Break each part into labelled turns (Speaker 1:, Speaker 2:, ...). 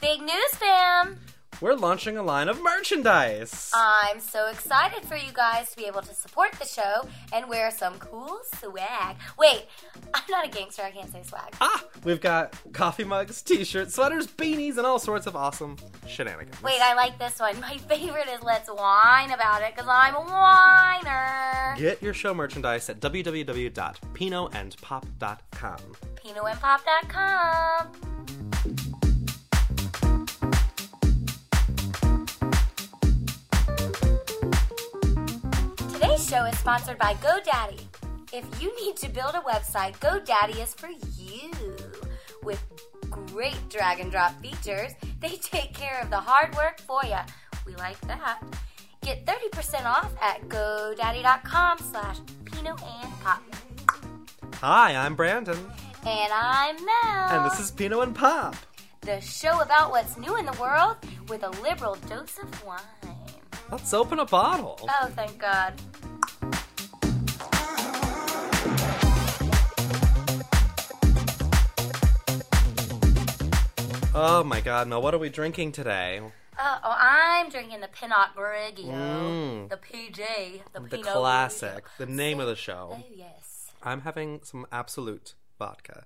Speaker 1: Big news, fam!
Speaker 2: We're launching a line of merchandise.
Speaker 1: I'm so excited for you guys to be able to support the show and wear some cool swag. Wait, I'm not a gangster, I can't say swag.
Speaker 2: ah, we've got coffee mugs, t-shirts, sweaters, beanies, and all sorts of awesome shenanigans.
Speaker 1: Wait, I like this one. My favorite is Let's Whine About It because I'm a whiner.
Speaker 2: Get your show merchandise at www.pinoandpop.com.
Speaker 1: PinoandPop.com. Today's show is sponsored by GoDaddy. If you need to build a website, GoDaddy is for you. With great drag and drop features, they take care of the hard work for you. We like that. Get 30% off at GoDaddy.com slash Pino and Pop.
Speaker 2: Hi, I'm Brandon,
Speaker 1: And I'm Mel.
Speaker 2: and this is Pino and Pop.
Speaker 1: the show about what's new in the world with a liberal dose of wine.
Speaker 2: Let's open a bottle.
Speaker 1: Oh, thank God.
Speaker 2: Oh my god, Mel, what are we drinking today?
Speaker 1: Uh oh, I'm drinking the Pinot Grigio,
Speaker 2: Mm.
Speaker 1: the PJ, the,
Speaker 2: The
Speaker 1: Pinot
Speaker 2: classic, the name of the
Speaker 1: Grigio.
Speaker 2: show.
Speaker 1: Oh yes.
Speaker 2: I'm having some absolute vodka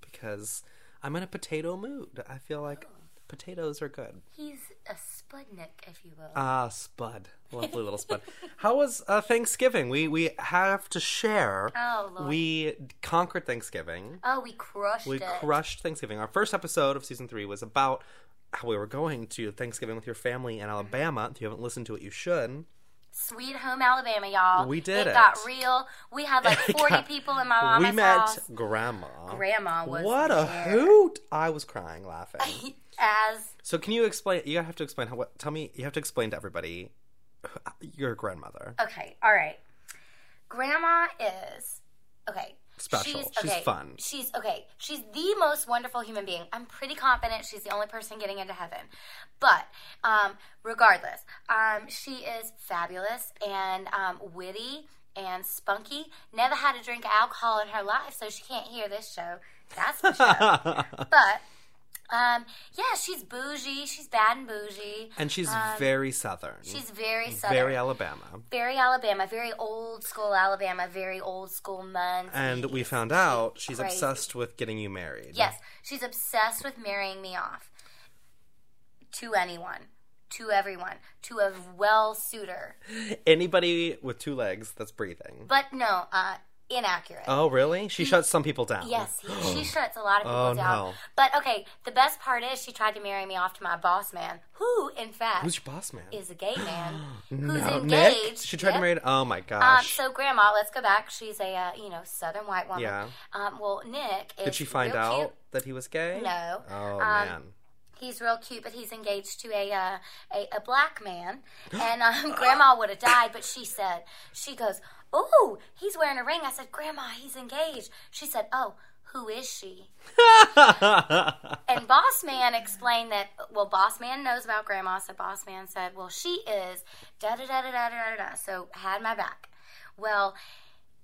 Speaker 2: because I'm in a potato mood. I feel like potatoes are good.
Speaker 1: He's a Sputnik, if you will.
Speaker 2: Ah, Spud. Lovely little Spud. How was uh, Thanksgiving? We we have to share.
Speaker 1: Oh, Lord.
Speaker 2: We conquered Thanksgiving.
Speaker 1: oh, we crushed
Speaker 2: We
Speaker 1: it.
Speaker 2: crushed Thanksgiving. Our first episode of season three was about how we were going to Thanksgiving with your family in Alabama. If you haven't listened to it, you should.
Speaker 1: Sweet home Alabama, y'all.
Speaker 2: We did it.
Speaker 1: got real. We had like
Speaker 2: It
Speaker 1: 40
Speaker 2: got-
Speaker 1: people in my mama's
Speaker 2: we met
Speaker 1: house.
Speaker 2: Grandma.
Speaker 1: Oh, Grandma was
Speaker 2: what a
Speaker 1: there.
Speaker 2: hoot! I was crying laughing.
Speaker 1: As
Speaker 2: so can you explain? You have to explain how. What? Tell me. You have to explain to everybody your grandmother.
Speaker 1: Okay, all right. Grandma is okay.
Speaker 2: Special. She's fun.
Speaker 1: She's okay. She's the most wonderful human being. I'm pretty confident she's the only person getting into heaven. But um, regardless, um, she is fabulous and um, witty and spunky. Never had a drink of alcohol in her life, so she can't hear this show. That's for sure. but um, yeah, she's bougie. She's bad and bougie.
Speaker 2: and she's very southern.
Speaker 1: um, She's very southern
Speaker 2: very Alabama.
Speaker 1: very Alabama, very old school Alabama, very old school months.
Speaker 2: And we found out she's
Speaker 1: crazy.
Speaker 2: obsessed with getting you married.
Speaker 1: yes, she's obsessed with marrying me off to anyone, to everyone, to a well suitor.
Speaker 2: Anybody with two legs that's breathing.
Speaker 1: But no, uh, inaccurate.
Speaker 2: Oh, really? She shuts some people down.
Speaker 1: Yes, he- she shuts a lot of people
Speaker 2: Oh,
Speaker 1: down.
Speaker 2: no.
Speaker 1: But okay, the best part is she tried to marry me off to my boss man, who, in fact,
Speaker 2: Who's your boss man?
Speaker 1: is a gay man
Speaker 2: No,
Speaker 1: who's
Speaker 2: Nick?
Speaker 1: engaged.
Speaker 2: She tried
Speaker 1: Yep.
Speaker 2: to marry. Oh my
Speaker 1: Um,
Speaker 2: gosh.
Speaker 1: so grandma, let's go back. She's a uh, you know southern white woman.
Speaker 2: Yeah.
Speaker 1: Um, well, Nick is
Speaker 2: Did she find
Speaker 1: real
Speaker 2: out
Speaker 1: cute.
Speaker 2: that he was gay?
Speaker 1: No.
Speaker 2: Oh
Speaker 1: Um,
Speaker 2: man.
Speaker 1: He's real cute, but he's engaged to a uh, a, a black man, and um, grandma would have died. But she said she goes, "Oh, he's wearing a ring." I said, "Grandma, he's engaged." She said, "Oh." Who is she? and Boss Man explained that, well, Boss Man knows about Grandma, so Boss Man said, well, she is da da da da da da da. So had my back. Well,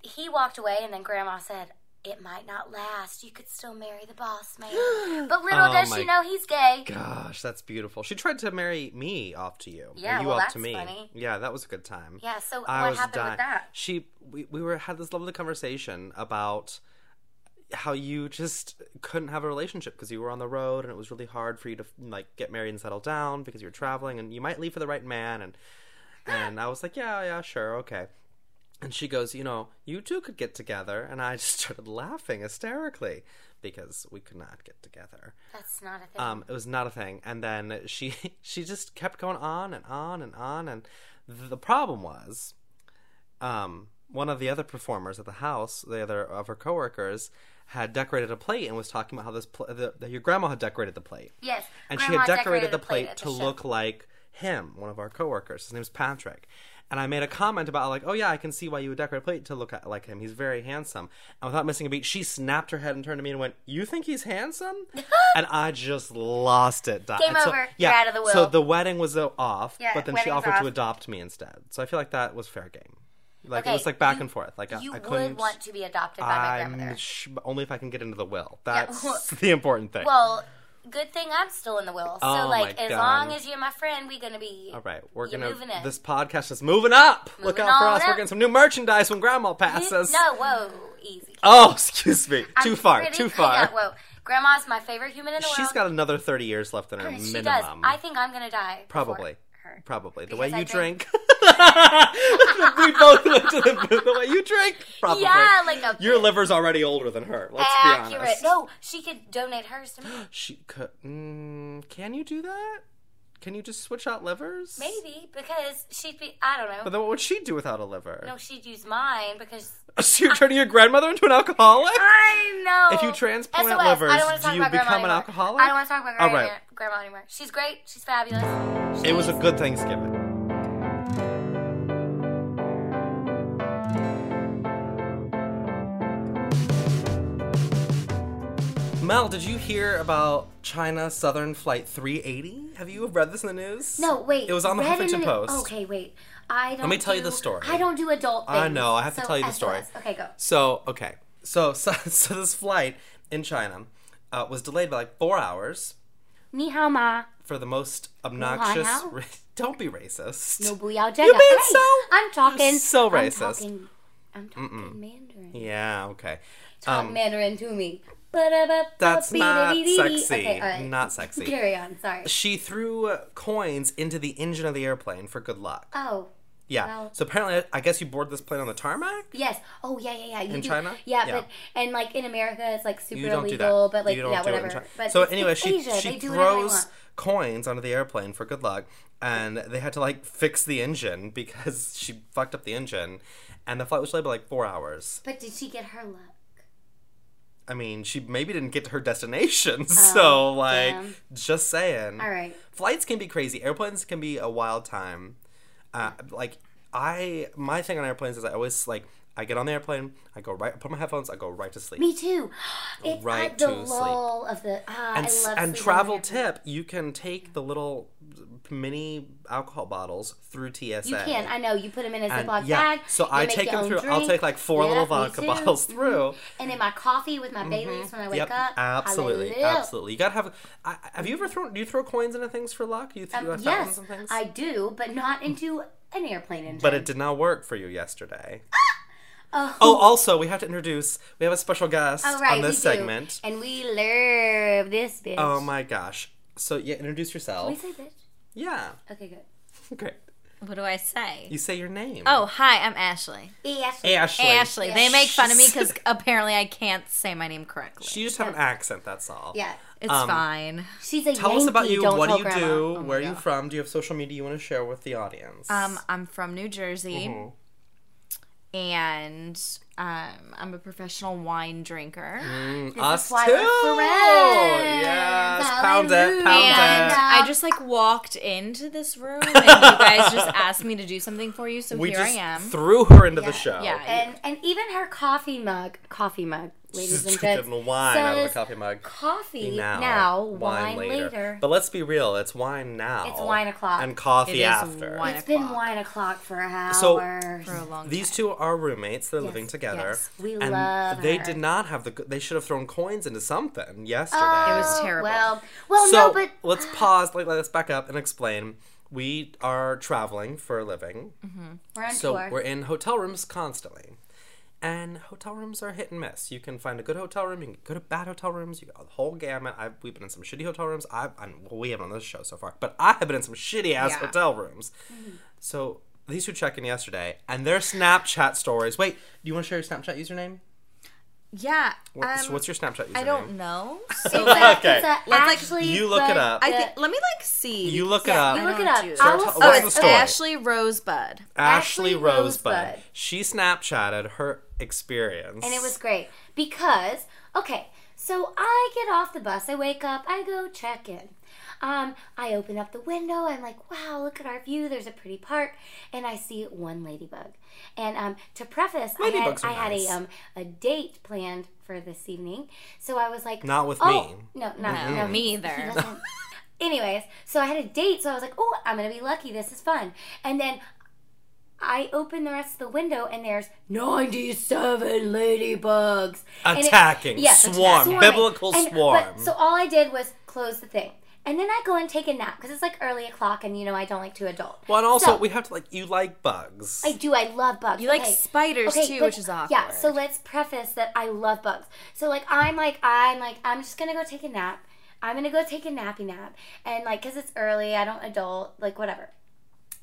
Speaker 1: he walked away, and then Grandma said, "It might not last. You could still marry the boss man." But little
Speaker 2: Oh
Speaker 1: does
Speaker 2: my
Speaker 1: she know he's gay.
Speaker 2: Gosh, that's beautiful. She tried to marry me off to you. or
Speaker 1: Yeah,
Speaker 2: you
Speaker 1: well,
Speaker 2: off
Speaker 1: that's
Speaker 2: to me.
Speaker 1: funny.
Speaker 2: Yeah, that was a good time.
Speaker 1: Yeah. So
Speaker 2: I
Speaker 1: what
Speaker 2: was
Speaker 1: happened
Speaker 2: dying.
Speaker 1: with that?
Speaker 2: She, we, we were had this lovely conversation about how you just couldn't have a relationship because you were on the road and it was really hard for you to like get married and settle down because you were traveling and you might leave for the right man and and I was like, yeah, yeah, sure, okay. And she goes, you know, you two could get together, and I just started laughing hysterically because we could not get together.
Speaker 1: That's not a thing.
Speaker 2: Um, it was not a thing. And then she she just kept going on and on and on. And th- the problem was, um, one of the other performers at the house, the other of her coworkers, had decorated a plate and was talking about how this pl- the, that your grandma had decorated the plate,
Speaker 1: yes.
Speaker 2: and
Speaker 1: Grandma
Speaker 2: she had decorated, the
Speaker 1: a
Speaker 2: plate
Speaker 1: at
Speaker 2: to
Speaker 1: the show.
Speaker 2: look like him, one of our coworkers. His name's Patrick. And I made a comment about like, oh yeah, I can see why you would decorate a plate to look at, like him. He's very handsome. And without missing a beat, she snapped her head and turned to me and went, "You think he's handsome?" and I just lost it. Di-
Speaker 1: Game
Speaker 2: so-
Speaker 1: over.
Speaker 2: Yeah.
Speaker 1: You're out of the
Speaker 2: So
Speaker 1: will.
Speaker 2: the wedding was uh, off,
Speaker 1: Yeah,
Speaker 2: but then she
Speaker 1: wedding's
Speaker 2: offered
Speaker 1: off.
Speaker 2: to adopt me instead. So I feel like that was fair game. Like
Speaker 1: Okay,
Speaker 2: it was like back
Speaker 1: you-
Speaker 2: and forth. Like I-
Speaker 1: You
Speaker 2: I couldn't.
Speaker 1: would want to be adopted by my
Speaker 2: I'm
Speaker 1: grandmother.
Speaker 2: sh- only if I can get into the will. That's
Speaker 1: well-
Speaker 2: the important thing.
Speaker 1: well, good thing I'm still in the will. So
Speaker 2: Oh, my
Speaker 1: like as
Speaker 2: God.
Speaker 1: long as you're my friend, we gonna be
Speaker 2: All right, we're
Speaker 1: You're
Speaker 2: gonna.
Speaker 1: moving it.
Speaker 2: This podcast is moving up. Look
Speaker 1: Moving
Speaker 2: out for
Speaker 1: on
Speaker 2: us. We're
Speaker 1: up.
Speaker 2: getting some new merchandise when Grandma passes.
Speaker 1: No, whoa, easy.
Speaker 2: Oh, excuse me.
Speaker 1: I'm
Speaker 2: too far.
Speaker 1: pretty-
Speaker 2: Too far.
Speaker 1: Yeah, whoa. Grandma's my favorite human in the
Speaker 2: She's
Speaker 1: world.
Speaker 2: got another thirty years left in her
Speaker 1: she
Speaker 2: minimum.
Speaker 1: does. I think I'm gonna die. before
Speaker 2: Probably.
Speaker 1: her.
Speaker 2: Probably. The
Speaker 1: Because
Speaker 2: way
Speaker 1: I
Speaker 2: you
Speaker 1: drink-
Speaker 2: drink. we both went to the the way you drink. Probably.
Speaker 1: Yeah, like a
Speaker 2: Your liver's already older than her. Let's be
Speaker 1: accurate.
Speaker 2: honest.
Speaker 1: No, she could donate hers to me.
Speaker 2: She could. Mm, can you do that? Can you just switch out livers?
Speaker 1: Maybe because she'd be. I don't know.
Speaker 2: But then what would she do without a liver?
Speaker 1: No, she'd use mine because
Speaker 2: So you're turning your grandmother into an alcoholic?
Speaker 1: I know.
Speaker 2: If you transplant
Speaker 1: SOS, I don't
Speaker 2: livers,
Speaker 1: wanna talk
Speaker 2: do you
Speaker 1: about grandma
Speaker 2: become an
Speaker 1: anymore.
Speaker 2: alcoholic?
Speaker 1: I don't want to talk about
Speaker 2: All
Speaker 1: grandma,
Speaker 2: right.
Speaker 1: grandma anymore. She's great. She's fabulous.
Speaker 2: It was a
Speaker 1: She's-
Speaker 2: good Thanksgiving. Mel, did you hear about China Southern Flight 380? Have you read this in the news?
Speaker 1: No, wait.
Speaker 2: It was on the
Speaker 1: Red in
Speaker 2: Huffington Post.
Speaker 1: Okay, wait. I don't.
Speaker 2: me tell you the
Speaker 1: do-
Speaker 2: story.
Speaker 1: I don't do adult things.
Speaker 2: I know, I have to
Speaker 1: so
Speaker 2: tell you the
Speaker 1: SOS.
Speaker 2: story.
Speaker 1: Okay, go.
Speaker 2: So okay, so so, so this flight in China uh, was delayed by like four hours
Speaker 1: Ni hao ma.
Speaker 2: for the most obnoxious.
Speaker 1: hao.
Speaker 2: ra- don't be racist.
Speaker 1: No booyah jaga.
Speaker 2: You being
Speaker 1: Hey,
Speaker 2: so-
Speaker 1: I'm talking.
Speaker 2: so
Speaker 1: I'm
Speaker 2: racist.
Speaker 1: talking, I'm talking Mandarin.
Speaker 2: Yeah. Okay.
Speaker 1: Talk
Speaker 2: Um,
Speaker 1: Mandarin to me. Ba-da-ba-ba,
Speaker 2: That's not
Speaker 1: be-da-dee-dee-dee.
Speaker 2: sexy.
Speaker 1: Okay, all right.
Speaker 2: Not sexy.
Speaker 1: Carry on. Sorry.
Speaker 2: She threw uh, coins into the engine of the airplane for good luck.
Speaker 1: Oh.
Speaker 2: Yeah.
Speaker 1: well.
Speaker 2: so apparently, I guess you board this plane on the tarmac.
Speaker 1: Yes. Oh yeah, yeah, yeah. You
Speaker 2: In
Speaker 1: do-
Speaker 2: China?
Speaker 1: Yeah,
Speaker 2: Yeah.
Speaker 1: but and like in America, it's like super
Speaker 2: You don't do
Speaker 1: illegal.
Speaker 2: that.
Speaker 1: But like
Speaker 2: you don't
Speaker 1: yeah,
Speaker 2: do it in
Speaker 1: whatever.
Speaker 2: China.
Speaker 1: But
Speaker 2: so
Speaker 1: it's-
Speaker 2: anyway,
Speaker 1: it's
Speaker 2: she
Speaker 1: Asia.
Speaker 2: she
Speaker 1: they do whatever they
Speaker 2: throws
Speaker 1: want.
Speaker 2: coins onto the airplane for good luck, and they had to like fix the engine because she fucked up the engine, and the flight was delayed by like four hours.
Speaker 1: But did she get her luck?
Speaker 2: I mean, she maybe didn't get to her destination, so like
Speaker 1: Oh, damn.
Speaker 2: just saying.
Speaker 1: All right.
Speaker 2: Flights can be crazy. Airplanes can be a wild time. Uh, like I, my thing on airplanes is I always like I get on the airplane, I go right, put my headphones, I go right to sleep.
Speaker 1: Me too. It's
Speaker 2: Right
Speaker 1: at the
Speaker 2: to sleep.
Speaker 1: lull of the. Ah,
Speaker 2: and,
Speaker 1: I
Speaker 2: s-
Speaker 1: love
Speaker 2: and
Speaker 1: sleeping
Speaker 2: travel
Speaker 1: on airplanes.
Speaker 2: tip you can take the little mini alcohol bottles through tsa
Speaker 1: You can. I know. You put them in a Ziploc
Speaker 2: yeah
Speaker 1: bag.
Speaker 2: so
Speaker 1: you
Speaker 2: i
Speaker 1: make
Speaker 2: take
Speaker 1: your
Speaker 2: them
Speaker 1: own
Speaker 2: through i'll
Speaker 1: drink.
Speaker 2: take like four
Speaker 1: Yeah,
Speaker 2: little
Speaker 1: me
Speaker 2: vodka
Speaker 1: too.
Speaker 2: bottles
Speaker 1: Mhm.
Speaker 2: through
Speaker 1: And then my coffee with my Bailey's when I wake
Speaker 2: yep
Speaker 1: up.
Speaker 2: absolutely
Speaker 1: Hallelujah.
Speaker 2: absolutely you gotta have I, I- have you ever thrown do you throw coins into things for luck you throw
Speaker 1: Um,
Speaker 2: fountains
Speaker 1: yes,
Speaker 2: and things
Speaker 1: I do, but not into an airplane engine.
Speaker 2: but it did not work for you yesterday
Speaker 1: Oh.
Speaker 2: oh also we have to introduce we have a special guest
Speaker 1: All Oh, right,
Speaker 2: on this
Speaker 1: we
Speaker 2: segment
Speaker 1: do. and we love this bitch.
Speaker 2: oh my gosh so yeah introduce
Speaker 1: Can we
Speaker 2: yourself
Speaker 1: say bitch?
Speaker 2: yeah
Speaker 1: Okay, good.
Speaker 2: great
Speaker 3: What do I say?
Speaker 2: you say your name
Speaker 3: Oh, hi, I'm Ashley.
Speaker 1: Yes.
Speaker 2: ashley
Speaker 3: Ashley. They make fun of me because
Speaker 2: Yes.
Speaker 3: apparently I can't say my name correctly.
Speaker 2: You just have an accent, that's all.
Speaker 1: Yeah.
Speaker 3: it's
Speaker 2: um,
Speaker 3: fine.
Speaker 1: She's a
Speaker 2: Tell us about you. What do you do?
Speaker 3: Oh my
Speaker 2: where are you
Speaker 3: God.
Speaker 2: from? Do you have social media you want to share with the audience?
Speaker 3: Um, I'm from New Jersey,
Speaker 2: Mm-hmm.
Speaker 3: and um, I'm a professional wine drinker.
Speaker 2: Mm. us too.
Speaker 1: why we're friends.
Speaker 2: Yes, pound it,
Speaker 3: And uh,
Speaker 2: pound it.
Speaker 3: I just like walked into this room, and you guys just asked me to do something for you, so
Speaker 2: We
Speaker 3: here
Speaker 2: just
Speaker 3: I am.
Speaker 2: threw her into the show.
Speaker 3: yeah,
Speaker 1: And and even her coffee mug, coffee mug, ladies
Speaker 2: She's
Speaker 1: and gents,
Speaker 2: drinking wine out of a
Speaker 1: says
Speaker 2: coffee mug.
Speaker 1: Coffee
Speaker 2: Now,
Speaker 1: now, wine, later.
Speaker 2: But let's be real, it's wine now.
Speaker 1: It's wine o'clock.
Speaker 2: And coffee
Speaker 3: It is
Speaker 2: after.
Speaker 3: wine
Speaker 1: it's been
Speaker 3: o'clock.
Speaker 1: wine o'clock for hours.
Speaker 2: So,
Speaker 3: for a long
Speaker 2: These
Speaker 3: time.
Speaker 2: two are roommates. They're living together.
Speaker 3: yes.
Speaker 1: We
Speaker 2: and
Speaker 1: love
Speaker 2: They
Speaker 1: her.
Speaker 2: did not have the. They should have thrown coins into something yesterday.
Speaker 3: It was
Speaker 1: Oh,
Speaker 3: terrible.
Speaker 1: Well, well,
Speaker 2: so
Speaker 1: no, but
Speaker 2: let's pause. Like, let's back up and explain. We are traveling for a living,
Speaker 1: we're on
Speaker 2: so
Speaker 1: tour.
Speaker 2: we're in hotel rooms constantly, and hotel rooms are hit and miss. You can find a good hotel room, you can go to bad hotel rooms, you got the whole gamut. I've, we've been in some shitty hotel rooms. I've, I, well, we haven't on this show so far, but I have been in some shitty ass
Speaker 3: Yeah.
Speaker 2: hotel rooms.
Speaker 1: Mm-hmm.
Speaker 2: So these two checked in yesterday, and their Snapchat stories. Wait, do you want to share your Snapchat username?
Speaker 3: yeah.
Speaker 2: What,
Speaker 3: um,
Speaker 2: so what's your Snapchat username?
Speaker 3: I don't know.
Speaker 1: It's a-
Speaker 3: So like,
Speaker 2: Okay.
Speaker 1: it's a
Speaker 3: like-
Speaker 1: Ashley
Speaker 2: You look it
Speaker 1: Bud-
Speaker 2: up.
Speaker 3: I
Speaker 1: the-
Speaker 3: think let me like see.
Speaker 2: You look
Speaker 1: Yeah,
Speaker 2: it
Speaker 1: you
Speaker 2: up.
Speaker 3: I
Speaker 1: look it
Speaker 3: don't
Speaker 1: up.
Speaker 3: do it.
Speaker 1: I
Speaker 2: Sarah,
Speaker 1: will
Speaker 2: tell-
Speaker 1: search-
Speaker 2: what's the story?
Speaker 3: Ashley Rosebud.
Speaker 2: Ashley
Speaker 1: Ashley
Speaker 2: Rosebud.
Speaker 1: Rosebud.
Speaker 2: She Snapchatted her experience.
Speaker 1: And it was great because, okay, so I get off the bus, I wake up, I go check in. Um, I open up the window, I'm like, wow, look at our view, there's a pretty park, and I see one ladybug. And um, to preface, I had,
Speaker 2: Ladybugs are
Speaker 1: I had
Speaker 2: nice.
Speaker 1: a, um, a date planned for this evening, so I was like,
Speaker 2: Not with
Speaker 1: oh,
Speaker 2: me.
Speaker 1: No, not no,
Speaker 3: Me
Speaker 1: he
Speaker 3: either.
Speaker 1: doesn't. Anyways, so I had a date, so I was like, oh, I'm gonna be lucky. This is fun. And then I open the rest of the window, and there's 97 ladybugs And it-
Speaker 2: Attacking.
Speaker 1: yes,
Speaker 2: Swarm.
Speaker 1: swarming.
Speaker 2: Biblical
Speaker 1: And-
Speaker 2: swarm.
Speaker 1: but- so all I did was close the thing. And then I go and take a nap because it's like early o'clock and you know I don't like to adult.
Speaker 2: Well, and also
Speaker 1: So-
Speaker 2: we have to like you like bugs.
Speaker 1: I do. I love bugs.
Speaker 3: You like spiders, too,
Speaker 1: but-
Speaker 3: which is
Speaker 1: Yeah. So
Speaker 3: awkward.
Speaker 1: let's preface that I love bugs. So like I'm like I'm like I'm just gonna go take a nap. I'm gonna go take a nappy nap and like because it's early, I don't adult like whatever.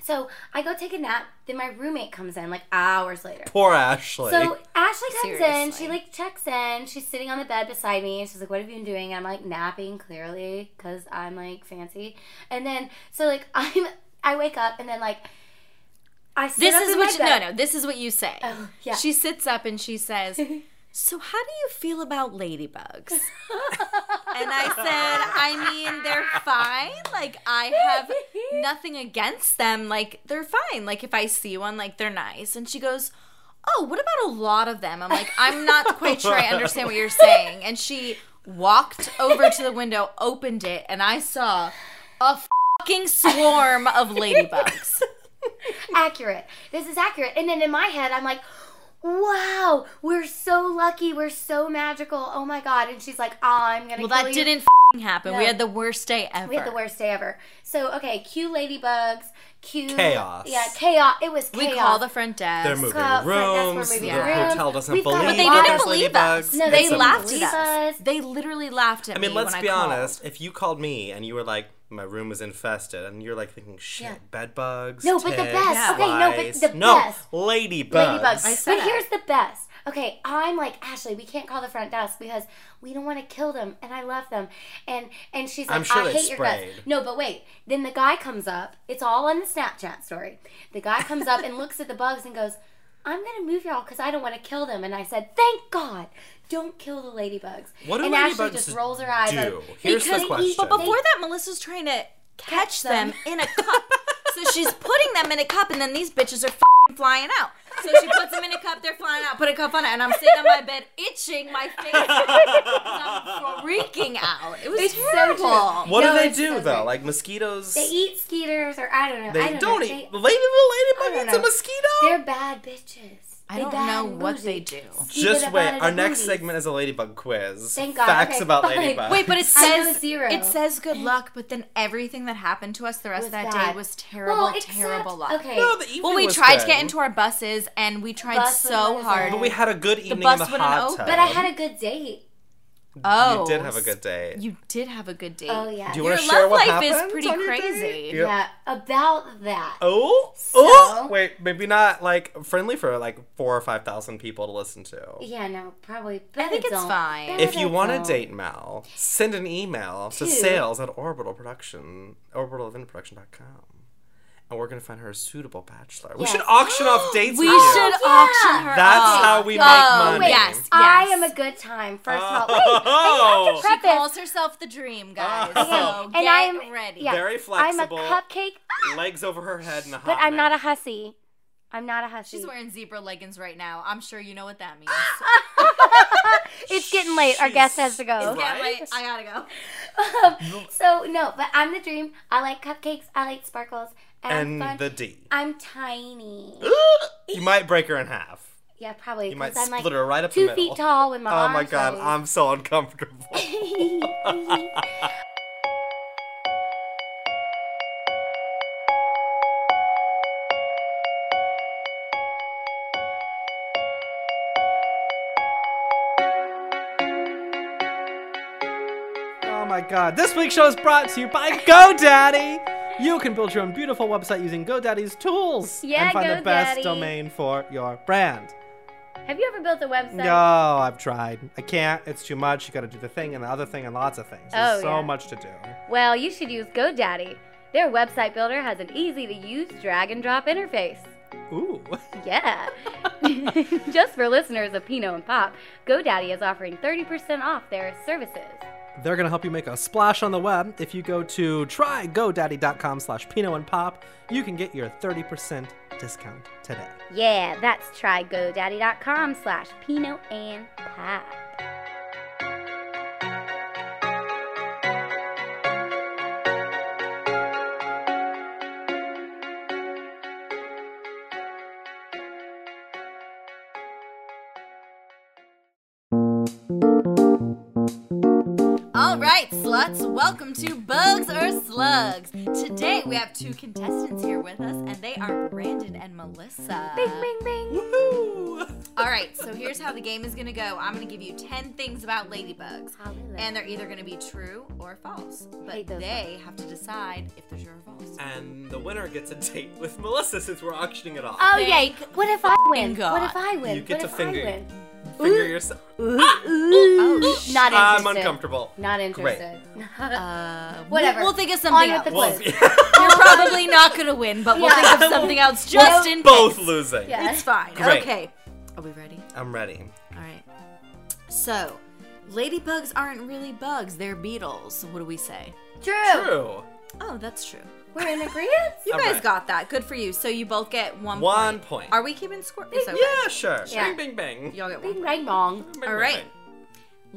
Speaker 1: So I go take a nap. Then my roommate comes in like hours later.
Speaker 2: Poor Ashley.
Speaker 1: So Ashley comes in.
Speaker 3: Seriously.
Speaker 1: She like checks in. She's sitting on the bed beside me, and she's like, "What have you been doing?" And I'm like napping clearly because I'm like fancy. And then so like I'm I wake up and then like I sit
Speaker 3: This
Speaker 1: up
Speaker 3: is
Speaker 1: in my
Speaker 3: what you, no
Speaker 1: bed. Oh,
Speaker 3: no. This is what you say.
Speaker 1: yeah.
Speaker 3: She sits up and she says, "So how do you feel about ladybugs?" and I said, "I mean, they're fine. Like I have nothing against them. Like they're fine. Like if I see one, like they're nice." And she goes. Oh, what about a lot of them? I'm like, I'm not quite sure I understand what you're saying. And she walked over to the window, opened it, and I saw a fucking swarm of ladybugs.
Speaker 1: accurate. This is accurate. And then in my head, I'm like, wow, we're so lucky. We're so magical. Oh my God. And she's like, oh, I'm going to
Speaker 3: Well,
Speaker 1: kill
Speaker 3: that
Speaker 1: you.
Speaker 3: didn't fing happen. We
Speaker 1: No.
Speaker 3: had the worst day ever.
Speaker 1: We had the worst day ever. So, okay, cue ladybugs, cue.
Speaker 2: Chaos.
Speaker 1: Yeah, chaos. It was
Speaker 3: We
Speaker 1: chaos.
Speaker 3: call the front desk.
Speaker 2: they're moving
Speaker 1: Well, that's where
Speaker 2: rooms.
Speaker 1: moving
Speaker 2: The
Speaker 1: rooms.
Speaker 2: hotel doesn't
Speaker 1: We've got
Speaker 2: believe
Speaker 1: a
Speaker 3: But they
Speaker 1: lot
Speaker 2: that
Speaker 3: didn't
Speaker 1: of
Speaker 2: there's
Speaker 3: believe
Speaker 2: ladybugs.
Speaker 3: us.
Speaker 1: No,
Speaker 3: they
Speaker 1: It's a-
Speaker 3: laughed
Speaker 1: believe
Speaker 3: at
Speaker 1: us.
Speaker 3: us. They literally laughed at
Speaker 2: I
Speaker 3: me.
Speaker 2: mean, let's
Speaker 3: when
Speaker 2: be
Speaker 3: called.
Speaker 2: honest. If you called me and you were like, "My room is infested," and you're like thinking, "Shit,
Speaker 1: Yeah.
Speaker 2: bed bugs."
Speaker 1: No, but the
Speaker 2: ticks,
Speaker 1: best. Okay, no, but
Speaker 2: flies."
Speaker 1: the
Speaker 2: no,
Speaker 1: best.
Speaker 2: ladybugs.
Speaker 1: ladybugs.
Speaker 3: said
Speaker 1: but
Speaker 3: it.
Speaker 1: here's the best. Okay, I'm like Ashley. We can't call the front desk because we don't want to kill them, and I love them. And and she's like,
Speaker 2: I'm sure
Speaker 1: I
Speaker 2: they
Speaker 1: hate your guts.
Speaker 2: sprayed.
Speaker 1: No, but wait. Then the guy comes up. It's all on the Snapchat story. The guy comes up and looks at the bugs and goes, "I'm gonna move y'all because I don't want to kill them." And I said, "Thank God, don't kill the ladybugs."
Speaker 2: What do
Speaker 1: and Ashley
Speaker 2: ladybugs
Speaker 1: just rolls her eyes.
Speaker 2: do?
Speaker 1: like,
Speaker 2: Here's the
Speaker 1: because they eat-
Speaker 2: question.
Speaker 3: But before that, Melissa's trying to catch them in a cup. so she's putting them in a cup, and then these bitches are fing flying out. So she puts them in a cup. They're flying out. Put a cup on it, and I'm sitting on my bed, itching my face. 'cause I'm freaking out. It was
Speaker 1: It's so
Speaker 3: terrible.
Speaker 1: true.
Speaker 2: What
Speaker 1: No,
Speaker 2: do they
Speaker 1: it's
Speaker 2: do
Speaker 1: so
Speaker 2: though?
Speaker 1: great.
Speaker 2: Like mosquitoes.
Speaker 1: they eat skeeters, or I don't know.
Speaker 2: They
Speaker 1: I don't,
Speaker 2: don't
Speaker 1: know.
Speaker 2: eat.
Speaker 1: They-
Speaker 2: Lady, little
Speaker 1: don't
Speaker 2: ladybug eats a
Speaker 1: know.
Speaker 2: mosquito.
Speaker 1: They're bad bitches.
Speaker 3: I
Speaker 1: They
Speaker 3: don't
Speaker 1: bad
Speaker 3: know
Speaker 1: and
Speaker 3: what
Speaker 1: bougie.
Speaker 3: they do.
Speaker 1: Stupid
Speaker 2: Just wait.
Speaker 1: about it
Speaker 2: Our
Speaker 1: in
Speaker 2: next
Speaker 1: movies.
Speaker 2: segment is a ladybug quiz.
Speaker 1: Thank God,
Speaker 2: Facts
Speaker 1: okay,
Speaker 2: about
Speaker 1: fine.
Speaker 2: ladybugs.
Speaker 3: Wait, but it
Speaker 1: I know
Speaker 3: says
Speaker 1: zero.
Speaker 3: It says good luck, but then everything that happened to us the rest
Speaker 1: Was
Speaker 3: of that
Speaker 1: bad.
Speaker 3: day was terrible,
Speaker 1: Well, except-
Speaker 3: terrible luck.
Speaker 1: okay.
Speaker 2: No, the evening
Speaker 3: Well, we
Speaker 2: was
Speaker 3: tried to
Speaker 2: good.
Speaker 3: get into our buses, and we tried
Speaker 1: Bus was
Speaker 3: so
Speaker 1: amazing.
Speaker 3: hard.
Speaker 1: But
Speaker 2: We had a good evening
Speaker 3: bus
Speaker 2: in the
Speaker 3: wouldn't
Speaker 2: hot
Speaker 3: open.
Speaker 2: tub.
Speaker 1: But I had a good date.
Speaker 3: oh,
Speaker 2: You did have a good day.
Speaker 3: You did have a good date.
Speaker 1: Oh yeah.
Speaker 2: Do you
Speaker 3: Your
Speaker 2: want to share
Speaker 3: love
Speaker 2: what
Speaker 3: life
Speaker 2: happened?
Speaker 3: is pretty
Speaker 2: on your date?
Speaker 3: crazy.
Speaker 2: Yeah.
Speaker 1: yeah. About that.
Speaker 2: Oh, oh, wait, maybe not like friendly for like four or five thousand people to listen to.
Speaker 1: Yeah. No. Probably. Better
Speaker 3: think it's
Speaker 1: don't.
Speaker 3: fine.
Speaker 1: Better
Speaker 2: If you
Speaker 1: don't
Speaker 2: want to
Speaker 1: go.
Speaker 2: date Mal, send an email to
Speaker 1: To-
Speaker 2: sales at orbital production, orbitaleventproduction.com. And we're going to find her a suitable bachelor. We
Speaker 1: Yes.
Speaker 2: should auction off dates.
Speaker 3: We
Speaker 2: now.
Speaker 3: should
Speaker 1: yeah.
Speaker 3: auction her.
Speaker 2: That's
Speaker 3: off.
Speaker 2: how we
Speaker 3: Oh,
Speaker 2: make money.
Speaker 1: Wait,
Speaker 3: Yes, yes.
Speaker 1: I am a good time. First of all, wait. and you have
Speaker 2: Oh.
Speaker 1: to
Speaker 3: She
Speaker 1: preface.
Speaker 3: calls herself the dream, guys.
Speaker 2: Oh.
Speaker 3: So
Speaker 1: and
Speaker 3: get
Speaker 1: I am
Speaker 3: ready.
Speaker 1: yeah,
Speaker 2: Very flexible.
Speaker 1: I'm a cupcake,
Speaker 2: Legs over her head and a hot
Speaker 1: but I'm not
Speaker 2: mess.
Speaker 1: a hussy. I'm not a hussy.
Speaker 3: She's wearing zebra leggings right now. I'm sure you know what that means.
Speaker 1: it's getting late. Our
Speaker 2: She's-
Speaker 1: guest has to go.
Speaker 2: It's
Speaker 3: Can't
Speaker 2: Right?
Speaker 3: wait. I gotta go.
Speaker 1: So no, but I'm the dream. I like cupcakes. I like sparkles. And,
Speaker 2: And
Speaker 1: I'm fun.
Speaker 2: the D.
Speaker 1: I'm tiny.
Speaker 2: You might break her in half.
Speaker 1: Yeah, probably.
Speaker 2: You might
Speaker 1: 'cause I'm
Speaker 2: split
Speaker 1: like
Speaker 2: her right up the
Speaker 1: two
Speaker 2: middle.
Speaker 1: feet tall with my
Speaker 2: Oh
Speaker 1: arms.
Speaker 2: my god,
Speaker 1: raised.
Speaker 2: I'm so uncomfortable.
Speaker 4: Oh my god. This week's show is brought to you by GoDaddy. You can build your own beautiful website using GoDaddy's tools
Speaker 1: Yeah,
Speaker 4: and find the best
Speaker 1: GoDaddy.
Speaker 4: domain for your brand.
Speaker 1: Have you ever built a website?
Speaker 4: No, I've tried. I can't. It's too much. You got to do the thing and the other thing and lots of things. There's
Speaker 1: Oh,
Speaker 4: so
Speaker 1: yeah.
Speaker 4: much to do.
Speaker 1: Well, you should use GoDaddy. Their website builder has an easy to use drag and drop interface.
Speaker 4: Ooh.
Speaker 1: Yeah. Just for listeners of Pinot and Pop, GoDaddy is offering 30% off their services.
Speaker 4: They're going to help you make a splash on the web. If you go to trygodaddy.com slash pino and pop, you can get your 30% discount today.
Speaker 1: Yeah, that's trygodaddy.com slash Pinot and Pop.
Speaker 3: All All right, sluts, welcome to Bugs or Slugs. Today we have two contestants here with us, and they are Brandon and Melissa.
Speaker 1: Bing, bing.
Speaker 3: All right, so here's how the game is going to go I'm going to give you 10 things about ladybugs,
Speaker 1: Hallelujah.
Speaker 3: and they're either going to be true or false, but
Speaker 1: Hate those
Speaker 3: they have to decide if they're true or false.
Speaker 2: And the winner gets a date with Melissa since we're auctioning it off.
Speaker 1: Oh, yay. What if I win?
Speaker 3: God.
Speaker 1: What if I win?
Speaker 2: You get
Speaker 1: what
Speaker 2: to
Speaker 1: if
Speaker 2: finger-
Speaker 1: I win?
Speaker 2: Finger yourself.
Speaker 1: Oh, sh- not
Speaker 2: I'm
Speaker 1: interested.
Speaker 2: uncomfortable.
Speaker 1: Not
Speaker 2: Great.
Speaker 1: interested.
Speaker 3: Uh,
Speaker 1: Whatever.
Speaker 3: We'll, we'll think of
Speaker 1: On
Speaker 3: something
Speaker 1: with
Speaker 3: else.
Speaker 1: the
Speaker 2: Well,
Speaker 1: quiz.
Speaker 3: You're probably not going to win, but we'll
Speaker 1: Yeah.
Speaker 3: think of something else just in
Speaker 2: both
Speaker 3: case.
Speaker 2: losing.
Speaker 1: Yeah.
Speaker 3: It's fine.
Speaker 2: Great.
Speaker 3: Okay. Are we ready?
Speaker 2: I'm ready.
Speaker 3: All right. So, ladybugs aren't really bugs, they're beetles. What do we say?
Speaker 1: True.
Speaker 2: True.
Speaker 3: Oh, that's true.
Speaker 1: We're in agreement.
Speaker 3: You
Speaker 2: All
Speaker 3: guys
Speaker 2: right.
Speaker 3: got that. Good for you. So you both get one,
Speaker 2: One
Speaker 3: point.
Speaker 2: point.
Speaker 3: Are we keeping score? It's okay.
Speaker 2: Yeah, sure.
Speaker 1: Yeah.
Speaker 2: Bing, bing, bing.
Speaker 3: Y'all get one.
Speaker 1: Bing, bang, bong.
Speaker 2: Bing,
Speaker 3: All
Speaker 2: bing,
Speaker 3: right.
Speaker 2: bing.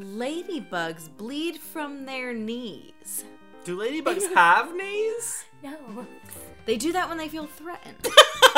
Speaker 3: Ladybugs bleed from their knees.
Speaker 2: Do ladybugs have knees?
Speaker 1: No.
Speaker 3: They do that when they feel threatened.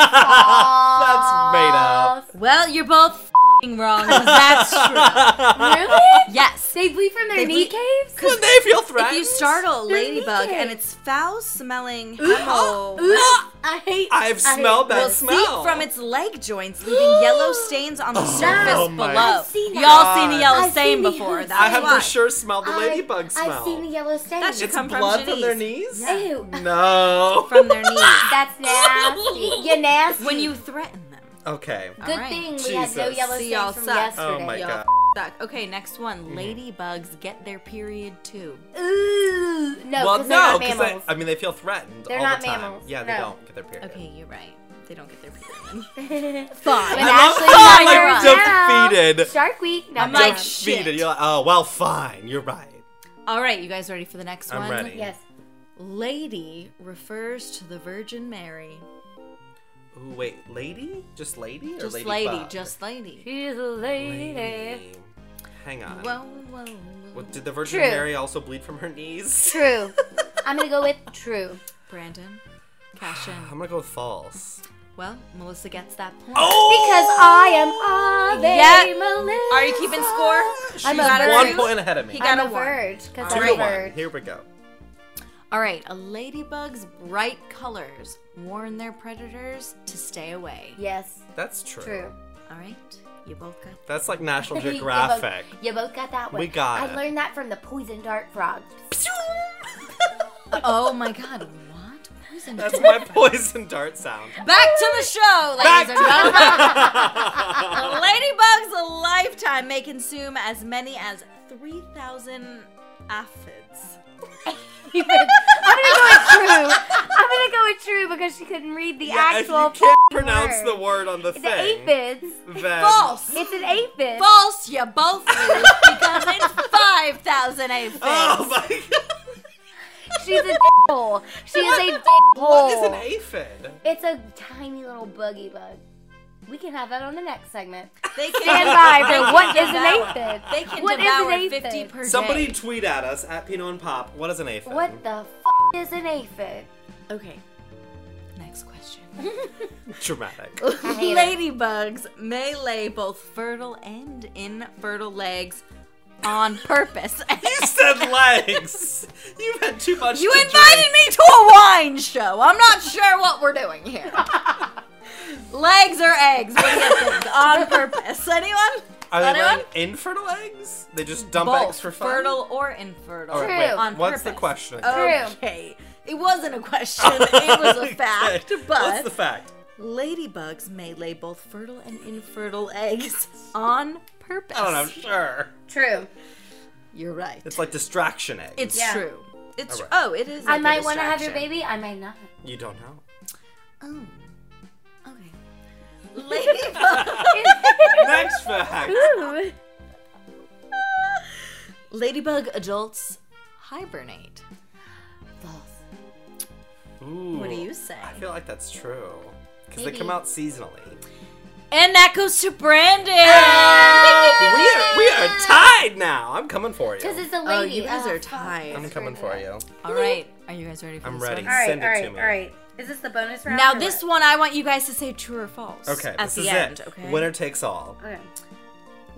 Speaker 2: That's made up.
Speaker 3: well, you're both fing wrong. 'cause That's true.
Speaker 1: really?
Speaker 3: yes.
Speaker 1: They bleed from their
Speaker 3: They
Speaker 1: knee
Speaker 3: bleed-
Speaker 1: caves?
Speaker 2: When they feel
Speaker 3: If
Speaker 2: threatened.
Speaker 3: you startle a
Speaker 1: They're
Speaker 3: ladybug and
Speaker 1: naked.
Speaker 3: its foul-smelling
Speaker 1: Ooh,
Speaker 3: hemorrhoil
Speaker 1: I hate
Speaker 2: I've smelled
Speaker 1: that.
Speaker 2: that
Speaker 3: will
Speaker 2: smell.
Speaker 3: seep from its leg joints, leaving yellow stains on the surface
Speaker 2: Oh my
Speaker 3: below.
Speaker 1: I've seen that.
Speaker 3: Y'all seen a yellow
Speaker 1: I've
Speaker 3: stain
Speaker 1: seen the-
Speaker 3: before?
Speaker 1: I
Speaker 3: That's
Speaker 2: I have
Speaker 3: why.
Speaker 2: for sure smelled the ladybug
Speaker 1: I've,
Speaker 2: smell.
Speaker 1: I've seen the yellow stain.
Speaker 3: That should
Speaker 2: it's
Speaker 3: come from
Speaker 2: blood
Speaker 3: Janice.
Speaker 2: from their knees?
Speaker 1: Ew.
Speaker 2: No.
Speaker 3: from their
Speaker 2: Mm.
Speaker 3: knees
Speaker 1: That's nasty. You're nasty.
Speaker 3: when you threaten them.
Speaker 2: okay.
Speaker 1: Good
Speaker 3: Alright.
Speaker 1: thing we had no
Speaker 2: Jesus.
Speaker 1: yellow
Speaker 3: See,
Speaker 1: stains
Speaker 3: y'all
Speaker 1: from
Speaker 3: suck.
Speaker 2: Oh
Speaker 1: yesterday.
Speaker 2: my
Speaker 3: Y'all
Speaker 2: god. Mm-hmm.
Speaker 3: Suck. Okay, next one. Ladybugs get their period too.
Speaker 1: Ooh, no,
Speaker 2: well,
Speaker 1: because
Speaker 2: no,
Speaker 1: they're not mammals.
Speaker 2: I mean they feel threatened
Speaker 1: They're
Speaker 2: all
Speaker 1: not
Speaker 2: the time.
Speaker 1: mammals.
Speaker 2: Yeah, they
Speaker 1: No.
Speaker 2: don't get their period.
Speaker 3: Okay, you're right. They don't get their period.
Speaker 1: Fine. When
Speaker 2: I love
Speaker 1: Ashley
Speaker 2: how
Speaker 1: got
Speaker 3: I'm,
Speaker 1: hers
Speaker 2: like,
Speaker 1: out,
Speaker 2: defeated.
Speaker 1: Shark Week. No,
Speaker 3: I'm
Speaker 1: no.
Speaker 3: like,
Speaker 2: Feed it.
Speaker 3: shit.
Speaker 2: You're like, oh well, fine. You're right.
Speaker 3: All right, you guys ready for the next
Speaker 2: I'm
Speaker 3: one?
Speaker 2: ready.
Speaker 1: yes.
Speaker 3: Lady refers to the Virgin Mary.
Speaker 2: Ooh, wait, lady? Just lady or
Speaker 3: Just
Speaker 2: ladybug?
Speaker 3: lady, just lady.
Speaker 1: She's a lady.
Speaker 2: lady. Hang on.
Speaker 3: Whoa, whoa, whoa.
Speaker 2: What, did the Virgin
Speaker 1: True.
Speaker 2: Mary also bleed from her knees?
Speaker 1: True. I'm gonna go with true.
Speaker 3: Brandon, cash
Speaker 2: I'm
Speaker 3: in.
Speaker 2: gonna go with false.
Speaker 3: Well, Melissa gets that point.
Speaker 1: Because
Speaker 2: Oh!
Speaker 1: I am Ave
Speaker 3: Yeah.
Speaker 1: Melissa.
Speaker 3: Are you keeping score?
Speaker 1: I'm
Speaker 3: She's
Speaker 1: a
Speaker 3: got
Speaker 1: virgin.
Speaker 2: one
Speaker 3: two.
Speaker 2: point ahead of me.
Speaker 3: He got
Speaker 1: I'm
Speaker 3: a
Speaker 1: a
Speaker 3: one.
Speaker 1: verge because
Speaker 2: Two
Speaker 1: I'm
Speaker 2: to
Speaker 1: a
Speaker 2: one.
Speaker 1: verge.
Speaker 2: Here we go.
Speaker 3: All right, a ladybug's bright colors warn their predators to stay away.
Speaker 1: Yes,
Speaker 2: That's true.
Speaker 1: true.
Speaker 3: All right, you both got.
Speaker 2: That's like National
Speaker 1: You both-
Speaker 2: Geographic.
Speaker 1: You both got that one.
Speaker 2: We got
Speaker 1: I
Speaker 2: it.
Speaker 1: learned that from the poison dart frog.
Speaker 3: Oh my God! What poison?
Speaker 2: That's my poison dart sound.
Speaker 3: Back to the show,
Speaker 2: Back
Speaker 3: ladies and gentlemen. Ladybugs a lifetime may consume as many as three thousand aphids.
Speaker 1: I'm gonna go with true. I'm gonna go with true because she couldn't read the
Speaker 2: Yeah, if
Speaker 1: actual.
Speaker 2: you can't
Speaker 1: f***ing
Speaker 2: pronounce
Speaker 1: word.
Speaker 2: the word on the
Speaker 1: It's an
Speaker 2: thing,
Speaker 1: aphids.
Speaker 2: then
Speaker 3: False.
Speaker 1: It's an aphid.
Speaker 3: False, you both lose because it's 5,000 aphids.
Speaker 2: Oh my god!
Speaker 1: She's a dickhole. She is a dickhole.
Speaker 2: What is an aphid?
Speaker 1: It's a tiny little buggy bug. We can have that on the next segment.
Speaker 3: They can
Speaker 1: Stand by
Speaker 3: they
Speaker 1: for
Speaker 3: can
Speaker 1: what is
Speaker 3: devour-
Speaker 1: an aphid?
Speaker 3: They can
Speaker 1: What is
Speaker 3: devour
Speaker 1: an aphid?
Speaker 3: 50 per
Speaker 2: Somebody
Speaker 3: day.
Speaker 2: tweet at us at Pino and Pop. What is an aphid?
Speaker 1: What the f- is an aphid?
Speaker 3: Okay. Next question.
Speaker 2: Dramatic.
Speaker 1: I hate it.
Speaker 3: Ladybugs may lay both fertile and infertile legs on purpose.
Speaker 2: you said legs. You've had too much.
Speaker 3: You
Speaker 2: to
Speaker 3: invited me to a wine show. I'm not sure what we're doing here. Legs or eggs? What do you think? On purpose? Anyone?
Speaker 2: Drink. Are they
Speaker 3: Anyone?
Speaker 2: laying infertile eggs? They just dump eggs
Speaker 3: Both
Speaker 2: for fun.
Speaker 3: fertile or infertile?
Speaker 2: All right,
Speaker 1: True.
Speaker 2: wait.
Speaker 3: On
Speaker 2: what's the
Speaker 3: purpose.
Speaker 2: question?
Speaker 3: Okay. It wasn't a question. It was a
Speaker 2: Okay.
Speaker 3: fact.
Speaker 2: What's
Speaker 3: But
Speaker 2: the fact?
Speaker 3: ladybugs may lay both fertile and infertile eggs on purpose.
Speaker 2: I don't know. Sure.
Speaker 1: True.
Speaker 3: You're right.
Speaker 2: It's like distraction eggs.
Speaker 3: It's
Speaker 1: Yeah.
Speaker 3: true. It's
Speaker 2: All right.
Speaker 3: oh, it is.
Speaker 1: I
Speaker 3: like a
Speaker 1: might want to have your
Speaker 3: distraction.
Speaker 1: baby. I might not.
Speaker 2: you don't know.
Speaker 3: Oh. Okay. Ladybugs.
Speaker 2: Next fact.
Speaker 1: Ooh.
Speaker 3: Ladybug adults hibernate.
Speaker 1: False.
Speaker 2: Ooh.
Speaker 3: What do you say?
Speaker 2: I feel like that's true. Because they
Speaker 1: Maybe.
Speaker 2: come out seasonally.
Speaker 3: And that goes to Brandon. Ah!
Speaker 2: we, are, we are tied now. I'm coming for you.
Speaker 1: Because it's a lady.
Speaker 3: Oh, you guys
Speaker 1: Oh,
Speaker 3: are
Speaker 1: fuck.
Speaker 2: I'm
Speaker 3: tied.
Speaker 2: coming for you.
Speaker 3: All right. Are you guys ready for
Speaker 2: I'm
Speaker 3: this
Speaker 2: ready.
Speaker 3: one?
Speaker 1: All right,
Speaker 2: Send it
Speaker 1: all right,
Speaker 2: to me.
Speaker 1: all right. Is this the bonus round?
Speaker 3: Now
Speaker 1: or
Speaker 3: this
Speaker 1: what?
Speaker 3: one, I want you guys to say true or false.
Speaker 2: Okay,
Speaker 3: At
Speaker 2: this
Speaker 3: the
Speaker 2: is
Speaker 3: end,
Speaker 2: it.
Speaker 3: okay.
Speaker 2: Winner takes all.
Speaker 1: Okay.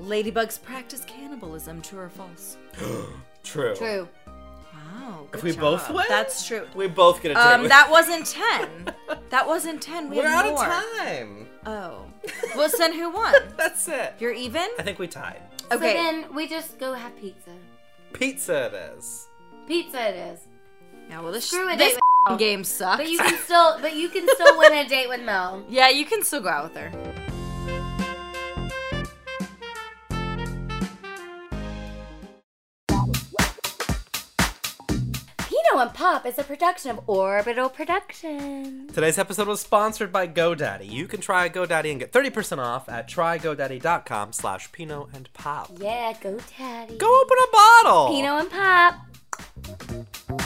Speaker 3: Ladybugs practice cannibalism. True or false?
Speaker 2: True.
Speaker 1: True.
Speaker 3: Wow.
Speaker 2: If
Speaker 3: good
Speaker 2: we both
Speaker 3: job.
Speaker 2: win?
Speaker 3: That's true.
Speaker 2: We both get a table.
Speaker 3: Um, that wasn't 10. That wasn't 10. We
Speaker 2: We're out
Speaker 3: had
Speaker 2: of
Speaker 3: more.
Speaker 2: time.
Speaker 3: Oh. Well, so then who won?
Speaker 2: That's it.
Speaker 3: You're even?
Speaker 2: I think we tied.
Speaker 1: So
Speaker 3: Okay.
Speaker 1: then we just go have pizza.
Speaker 2: Pizza it is.
Speaker 1: Pizza it is.
Speaker 3: Now, well, this,
Speaker 1: Screw a
Speaker 3: this
Speaker 1: date
Speaker 3: f***ing game sucks.
Speaker 1: But you can still but you can still win a date with Mel.
Speaker 3: yeah, you can still go out with her.
Speaker 1: Pino and Pop is a production of Orbital Productions.
Speaker 2: Today's episode was sponsored by GoDaddy. You can try GoDaddy and get 30% off at trygodaddy.com slash Pino and Pop.
Speaker 1: Yeah, go daddy.
Speaker 2: Go open a bottle!
Speaker 1: Pino and Pop.